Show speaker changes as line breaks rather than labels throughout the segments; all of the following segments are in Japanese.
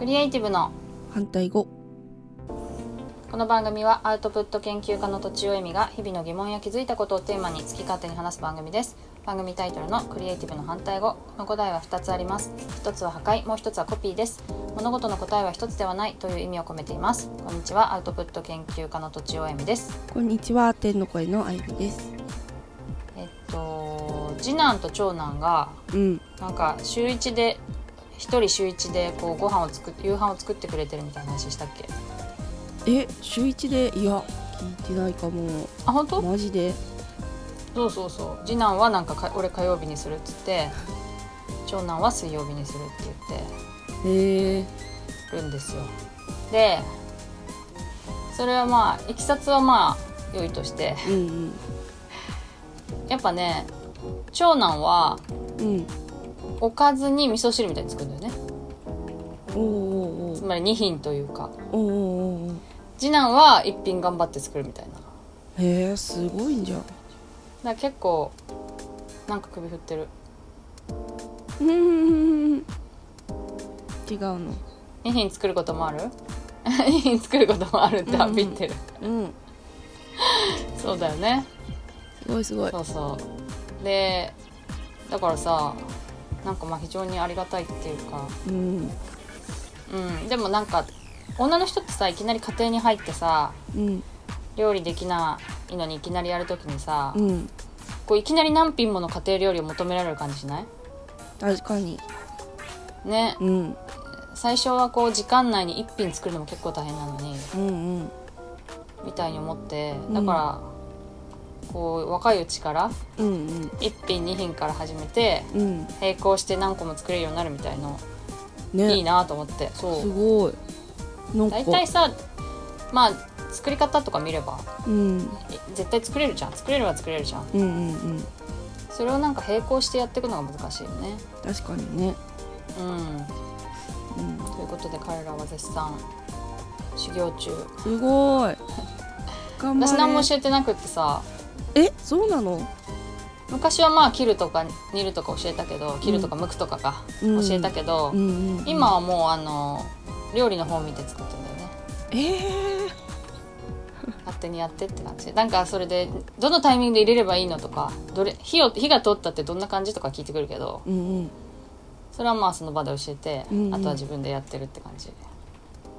イティブの
反対語
この番組はアウトプット研究家のとちおえみが日々の疑問や気づいたことをテーマに好き勝手に話す番組です番組タイトルのクリエイティブの反対語の答えは2つあります1つは破壊もう1つはコピーです物事の答えは1つではないという意味を込めていますこんにちはアウトプット研究家のとちおえみです
こんにちは天の声のあゆみです
えっと次男と長男が
うん
なんか週1で1人週1でこうご飯を作っ夕飯を作ってくれてるみたいな話したっけ
え週一でいや聞いてないかも
あ本当
マジで
そうそうそう次男はなんかか俺火曜日にするっつって長男は水曜日にするって言っ
へえ
てるんですよでそれはまあいきさつはまあ良いとして
うん
やっぱね長男は
うんうん
おかずに味噌汁みたいに作るんだよね
おお
つまり2品というか
おおおおお
次男は1品頑張って作るみたいなだか
へえすごいんじゃん
ら結構なんか首振ってる
うんうんうん違うの
2品作ることもある2品作ることもあるってアピってる、
うん
そうだよね
すごいすごい
そうそうでだからさなんかまあ非常にありがたいっていうか
うん
うんでもなんか女の人ってさいきなり家庭に入ってさ
うん
料理できないのにいきなりやるときにさ、
うん
こういきなり何品もの家庭料理を求められる感じしない
確かに
ね
うん
最初はこう時間内に1品作るのも結構大変なのに
うんうん
みたいに思って
ん
だから、こう若いうちから
うんうん
1品2品から始めて
うん
並行して何個も作れるようになるみたいの
ね
いいなと思ってそう
すごいなんか
大体さまあ作り方とか見れば
うん
え絶対作れるじゃん作れるは作れるじゃん
うんうんうん
それをなんか並行してやっていくのが難しいよね
確かにね
うん
うん
ということで彼らは絶賛修行中
すごい頑張れ
私何も教えてなくってさ
えそうなの
昔はまあ切るとか煮るとか教えたけど切るとか剥くとかか、
うん
教えたけど、
うんうん
今はもうあの料理の方を見て作ってんだよね
ええ
勝手にやってって感じなんかそれでどのタイミングで入れればいいのとかどれ火を火が通ったってどんな感じとか聞いてくるけど
うんうん
それはまあその場で教えて、
うんうん
あとは自分でやってるって感じ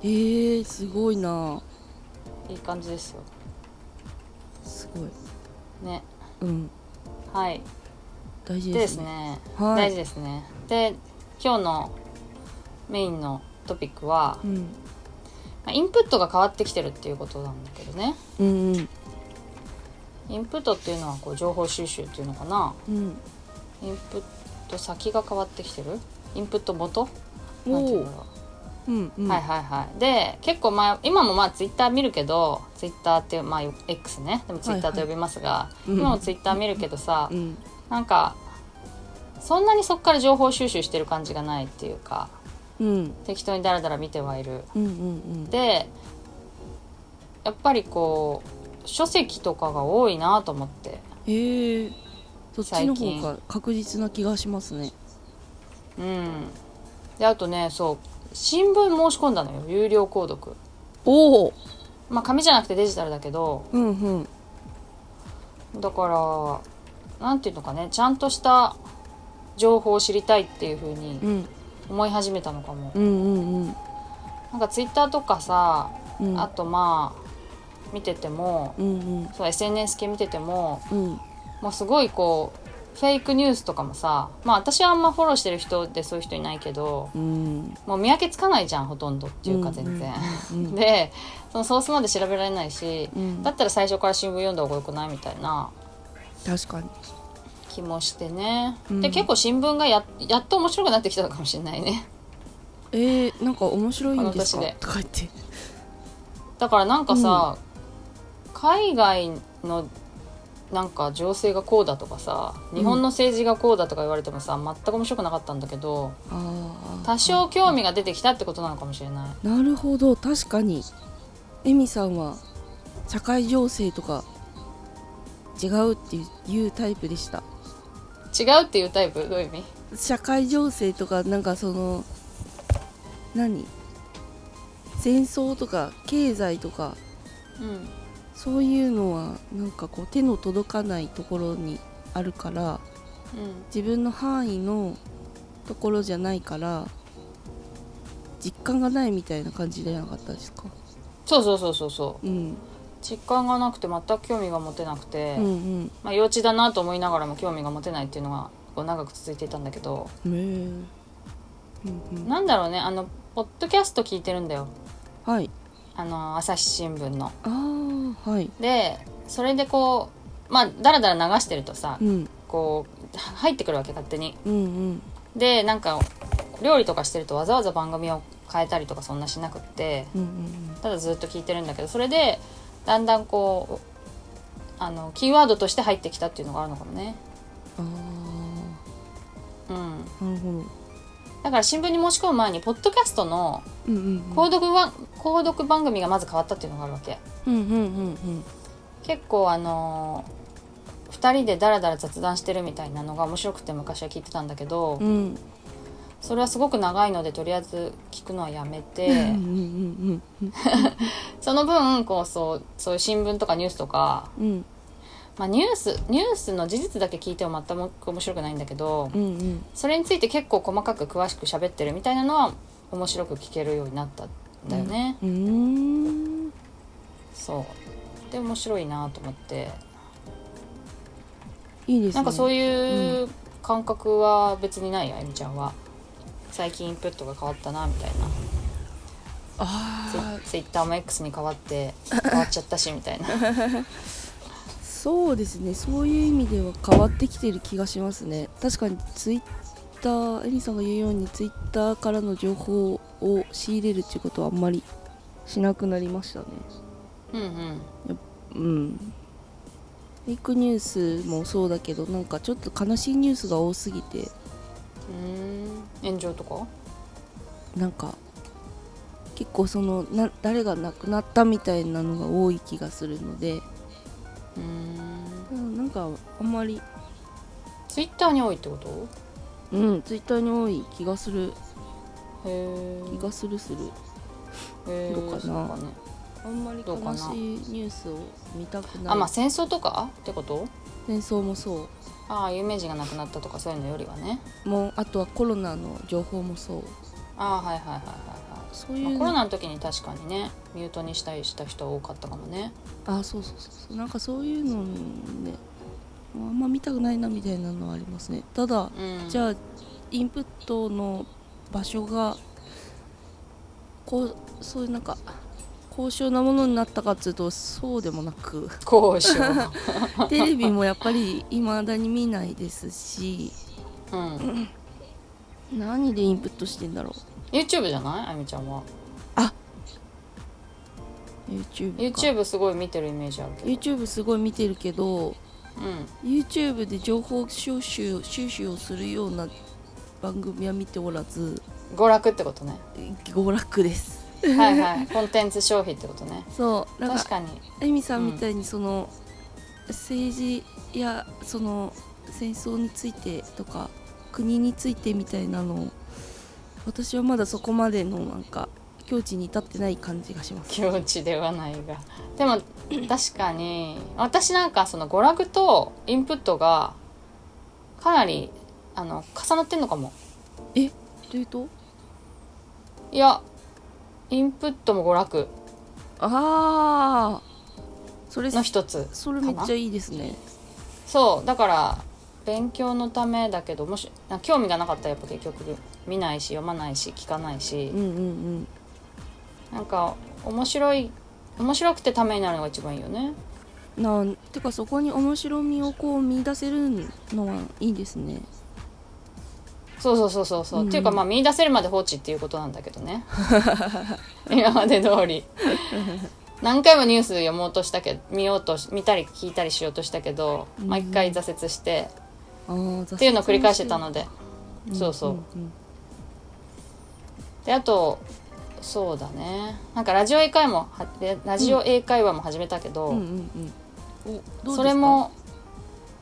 ええすごいない
い感じですよ
すごい
ね
うん
はい
大事
で
で
ですす
ね
ね、
はい
大事ですねで今日のメインのトピックは、
うん
まあインプットが変わってきてるっていうことなんだけどね
うんうん
インプットっていうのはこう情報収集っていうのかな
うん
インプット先が変わってきてるインプット元
おー
なんていうんだろう
うんうん
はいはいはいで結構前今もまあツイッター見るけどツイッターっていうまあ X ねでもツイッターと呼びますが、
いうん
今もツイッター見るけどさ、
うん
なんかそんなにそっから情報収集してる感じがないっていうか
うん
適当にダラダラ見てはいる
うんうんうん
でやっぱりこう書籍とかが多いなと思って
ええそっちの方
最
が確実な気がしますね
うんであとねそう新聞申し込んだのよ有料購読
おお
まあ紙じゃなくてデジタルだけど
うんうん
だからなんていうのかねちゃんとした情報を知りたいっていう風に
うん
思い始めたのかも、
うんうんうん
なんかツイッターとかさ、
うん
あとまあ見てても、
うんうん
そう SNS 系見てても
うん
もうすごいこうフェイクニュースとかもさまあ私はあんまフォローしてる人でそういう人いないけど
うん
もう見分けつかないじゃんほとんどっていうか全然、
うんうん
でそのソースまで調べられないし、
うん
だったら最初から新聞読んだ方がよくないみたいな
確かに
気もしてね、
うん
で結構新聞がややっと面白くなってきたのかもしれないね
えー、なんか面白いんです
この
か
年で
とか言って
だからなんかさ、海外のなんか情勢がこうだとかさ日本の政治がこうだとか言われてもさ、全く面白くなかったんだけど
あ
多少興味が出てきたってことなのかもしれない
あなるほど確かにエミさんは社会情勢とか違うっていうタイプでした
違うっていうタイプどういう意味
社会情勢とかなんかその何戦争とか経済とか
うん
そういうのはなんかこう手の届かないところにあるから
うん
自分の範囲のところじゃないから実感がないみたいな感じじゃなかったですか、
そうそうそうそうそう
うん、
実感がなくて全く興味が持てなくて、
うん
まあ、幼稚だなと思いながらも興味が持てないっていうのがこう長く続いていたんだけど
うんへえうんうん
なんだろうねあのポッドキャスト聞いてるんだよ
はい
あの朝日新聞の。
ああはい
でそれでこうまあだらだら流してるとさ、
うん
こうは入ってくるわけ勝手に。
うんうん
でなんか料理とかしてるとわざわざ番組を変えたりとかそんなしなくって
うんうん
ただずっと聞いてるんだけどそれでだんだんこうあのキーワードとして入ってきたっていうのがあるのかもね。
うん
うん、
ああなるほど
だから新聞に申し込む前にポッドキャストの
うんうん
購読は、購読番組がまず変わったっていうのがあるわけ
うんうんうんうん
結構あのー、2人でダラダラ雑談してるみたいなのが面白くて昔は聞いてたんだけど、
うん
それはすごく長いのでとりあえず聞くのはやめ
う
て
んうんうん
その分こうそうそういう新聞とかニュースとか、
うん
まあ、ニュースニュースの事実だけ聞いても全く面白くないんだけど
うんうん
それについて結構細かく詳しく喋ってるみたいなのは面白く聞けるようになったんだよね。
うーん
そうで面白いなと思って
いいですね
なんかそう
いう
いうう感覚は別にないよあゆみちゃんは最近インプットが変わったなみたいな
ああ
ツイッターも X に変わって変わっちゃったしみたいな
そうですねそういう意味では変わってきてる気がしますね確かにツイッターエリさんが言うようにツイッターからの情報を仕入れるっていうことはあんまりしなくなりましたね
うんうん
うんフェイクニュースもそうだけどなんかちょっと悲しいニュースが多すぎて
うーん炎上とか
なんか結構そのな誰が亡くなったみたいなのが多い気がするので
うーん
うんなんかあんまり
ツイッターに多いってこと
うんツイッターに多い気がする
へえ
気がするする
へー
どうかな
そうかね
あんまり
ど
悲
うかな
しいニュースを見たくない
あまあ戦争とかってこと
戦争もそ
ああ有名人が亡くなったとかそういうのよりはね
うもうあとはコロナの情報もそう
ああはいはいはいはいはい
そうい
ま
う
あ、
の、
コロナの時に確かにねミュートにしたりした人多かったかもね
あそうそうそうそうなんかそういうのねもうあんま見たくないなみたいなのはありますねただ
うん
じゃあインプットの場所がこうそういうなんか高尚なものになったかっつうとそうでも なく
交 渉
テレビもやっぱり未だに見ないですし
うん
何でインプットしてんだろ
YouTube じゃないあゆみちゃんは
う YouTube か
YouTube すごい見てるイメージあるけど
YouTube すごい見てるけど
うん
YouTube で情報収集収集をするような番組は見ておらず
娯楽ってことね
娯楽です
はい はいコンテンツ消費ってことね
そうなんか
確かに
エミさんみたいにその、政治やその戦争についてとか国についてみたいなのを私はまだそこまでのなんか境地に至ってない感じがします
境地ではないがでも確かに私なんかその娯楽とインプットがかなりあの重なってんのかも
えというと
いやインプットも娯楽
ああそれ
の一つ
それめっちゃいいですね
そうだから勉強のためだけどもしな興味がなかったらやっぱ結局見ないし読まないし聞かないし
うんうん
なんか面白い面白くてためになるのが一番いいよね
うんなんてかそこに面白みをこう見出せるのはいいですね
そうそうそうそうそう、
うん
っていうかまあ見出せるまで放置っていうことなんだけどね 今まで通 り何回もニュース読もうとしたけど見ようとし見たり聞いたりしようとしたけど
うん
毎回挫折して、
ああっ
っていうのを繰り返してたのでそうそうであとそうだねなんかラジオ英会もはでラジオ英会話も始めたけど、
うんうんうんおどうですか
それも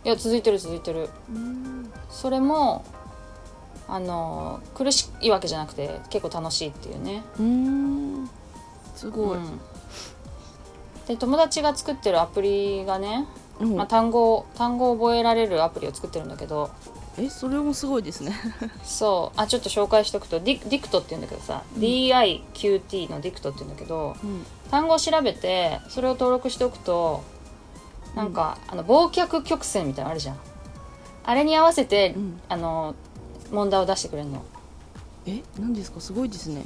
いや続いてる続いてる
うん
それもあの苦しいわけじゃなくて結構楽しいっていうね
うーんすごい、
うんで友達が作ってるアプリがね、
うん
まあ、単語を単語を覚えられるアプリを作ってるんだけど
えそれもすごいですね
そうあちょっと紹介しておくとディディクトって言うんだけどさ、DIQT のディクトって言うんだけど
うん
単語を調べてそれを登録しておくとなんか、あの忘却曲線みたいなのあるじゃんあれに合わせて、
うん
あの問題を出してくれるの
え何ですかすごいですね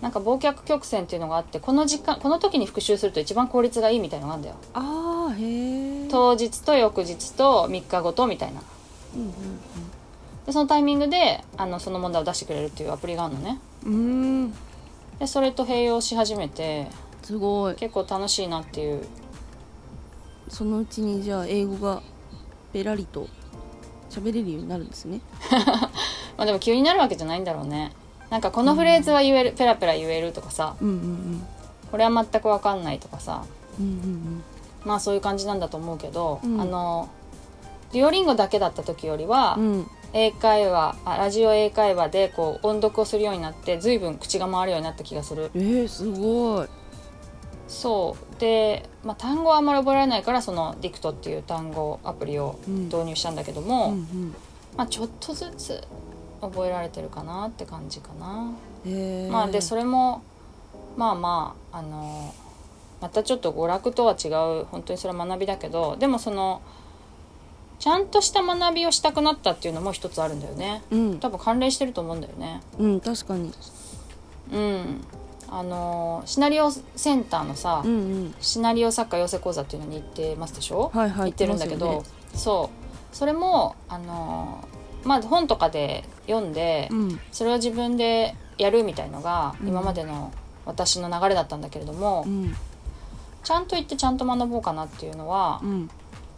なんか忘却曲線っていうのがあってこの時間この時に復習すると一番効率がいいみたいのがあるんだよ
ああへえ
当日と翌日と3日ごとみたいな
うん
でそのタイミングであのその問題を出してくれるっていうアプリがあるのね
うんうんうーん
でそれと併用し始めて
すごい
結構楽しいなっていう
そのうちにじゃあ英語がペラリと喋れるようになるんですね
まあでも急になるわけじゃないんだろうねなんかこのフレーズは言える、ペラペラ言えるとかさ
うんうん
これは全く分かんないとかさ
うんうんうん
まあそういう感じなんだと思うけど、
うん
あのデュオリンゴだけだった時よりは、
うんうん
英会話あラジオ英会話でこう音読をするようになって随分口が回るようになった気がする
えー、すごい
そうで、まあ、単語はあんまり覚えられないからその DICT っていう単語アプリを
うん
導入したんだけど
う
も、
んうん
まあ、ちょっとずつ覚えられてるかなって感じかな、
えー、
まあでそれもまあまああのまたちょっと娯楽とは違う本当にそれは学びだけどでもそのちゃんとした学びをしたくなったっていうのも一つあるんだよね
うん
多分関連してると思うんだよね
うん確かに
うんあのシナリオセンターのさ、
うんうん
シナリオ作家養成講座っていうのに行ってますでしょ、
はいは
行
い
ってるんだけど、
行って
そうそれもあのーまあ本とかで読んで、
うん
それを自分でやるみたいのが、
うん
今までの私の流れだったんだけれども、
うん
ちゃんと行ってちゃんと学ぼうかなっていうのは、
うん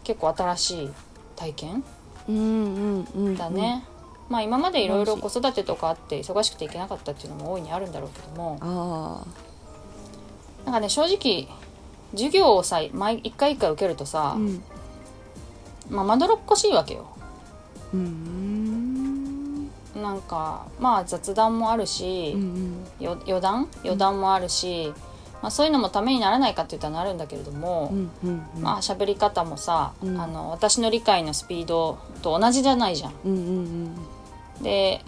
結構新しい体験
うんうんうん
だね。まあ今までいろいろ
素晴
子育てとかあって忙しくて行けなかったっていうのも大いにあるんだろうけども
あ
なんかね正直授業をさ毎一回一回受けると
あ
さ、
うん
まあ、まどろっこしいわけよ
うーん
なんかまあ雑談もあるし、
うんうん
よ余談余談もあるし、まあ、そういうのもためにならないかって言ったらなるんだけれども、
うんうんうん
まあ喋り方もさ、
うん
あの私の理解のスピードと同じじゃないじゃん。
うんうん
で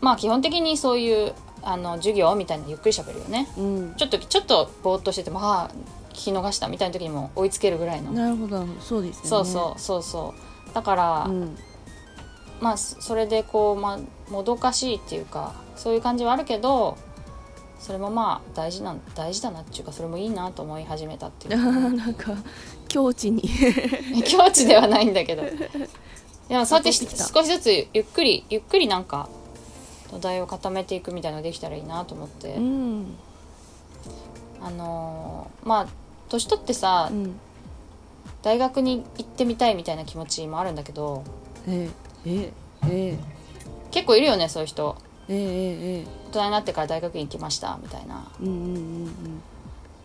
まあ基本的にそういうあの授業みたいなゆっくり喋るよね。
うんうん
ちょっとちょっとぼーっとしててもあー聞き逃したみたいな時にも追いつけるぐらいの、
なるほどなるほどそうですよね
そうそうそうそうだから、
うん
まあそそれでこう、まあ、もどかしいっていうかそういう感じはあるけどそれもまあ大事な大事だなっていうかそれもいいなと思い始めたってい う
なんか境地に
境地ではないんだ けどでもそうやってし
戻ってきた
少しずつゆっくりゆっくりなんか土台を固めていくみたいなのできたらいいなと思って、
うん
あのーまあ年取ってさ、
うん
大学に行ってみたいみたいな気持ちもあるんだけど
えええ
結構いるよねそういう人
えええええ
大人になってから大学院行きましたみたいな
うんうん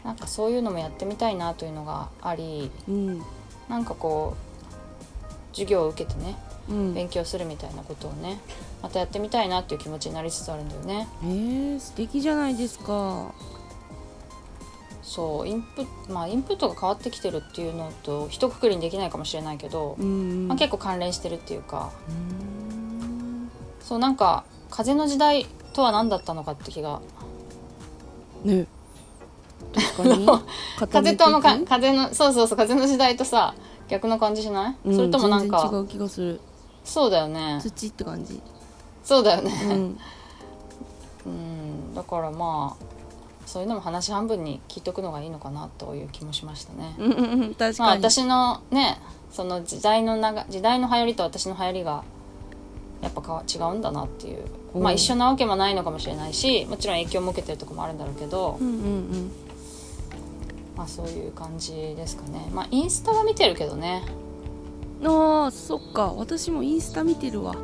なんかそういうのもやってみたいなというのがあり
うんうん
なんかこう授業を受けてね
うんえ
勉強するみたいなことをねまたやってみたいなっていう気持ちになりつつあるんだよね
え素敵じゃないですか
そうインプまあインプットが変わってきてるっていうのと一括りにできないかもしれないけど
う、ん
まあ、結構関連してるっていうか
うん
そうなんか風の時代とは何だったのかって気が
ね確 かに
風との
傾いて
か
いく
風のそうそうそう風の時代とさ逆の感じしない、
うん
それともなん
全然
か
違う気がする
そうだよね
土って感じ
そうだよね、
うん
うんだからまあそういうのも話半分に聞いとくのがいいのかなという気もしましたね。
うんうんうん確
まあ
かに
私のねその時代の流時代の流行りと私の流行りがやっぱか違うんだなっていう、
うん
まあ一緒なわけもないのかもしれないしもちろん影響も受けてるとこもあるんだろうけど
う、んうんうん
まあそういう感じですかね。まあインスタは見てるけどね
あーそっか私もインスタ見てるわ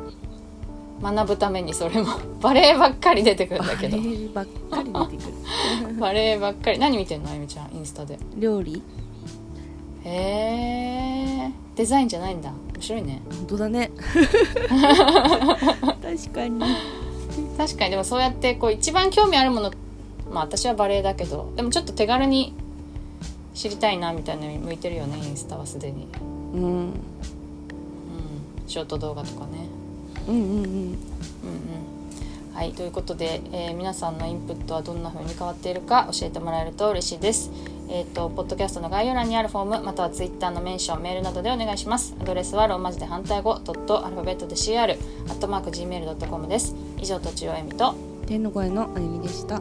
学ぶためにそれも バレエばっかり出てくるんだけど
バレーばっかり出てくる
バレエばっかり何見てんのあゆみちゃんインスタで。
料理
へえデザインじゃないんだ面白いね。
本当 だね確かに
確かにでもそうやってこう一番興味あるものまあ私はバレエだけどでもちょっと手軽に知りたいなみたいなのに向いてるよねインスタはすでに、
うん
うん、ショート動画とかね
うんうん
うんうんはいということで、えー皆さんのインプットはどんな風に変わっているか教えてもらえると嬉しいですえっ、とポッドキャストの概要欄にあるフォームまたはツイッターのメンションメールなどでお願いしますアドレスはローマ字で反対語ドットアルファベットで CR アットマーク Gmail.com です以上とちおえみと
天の声のあゆみでした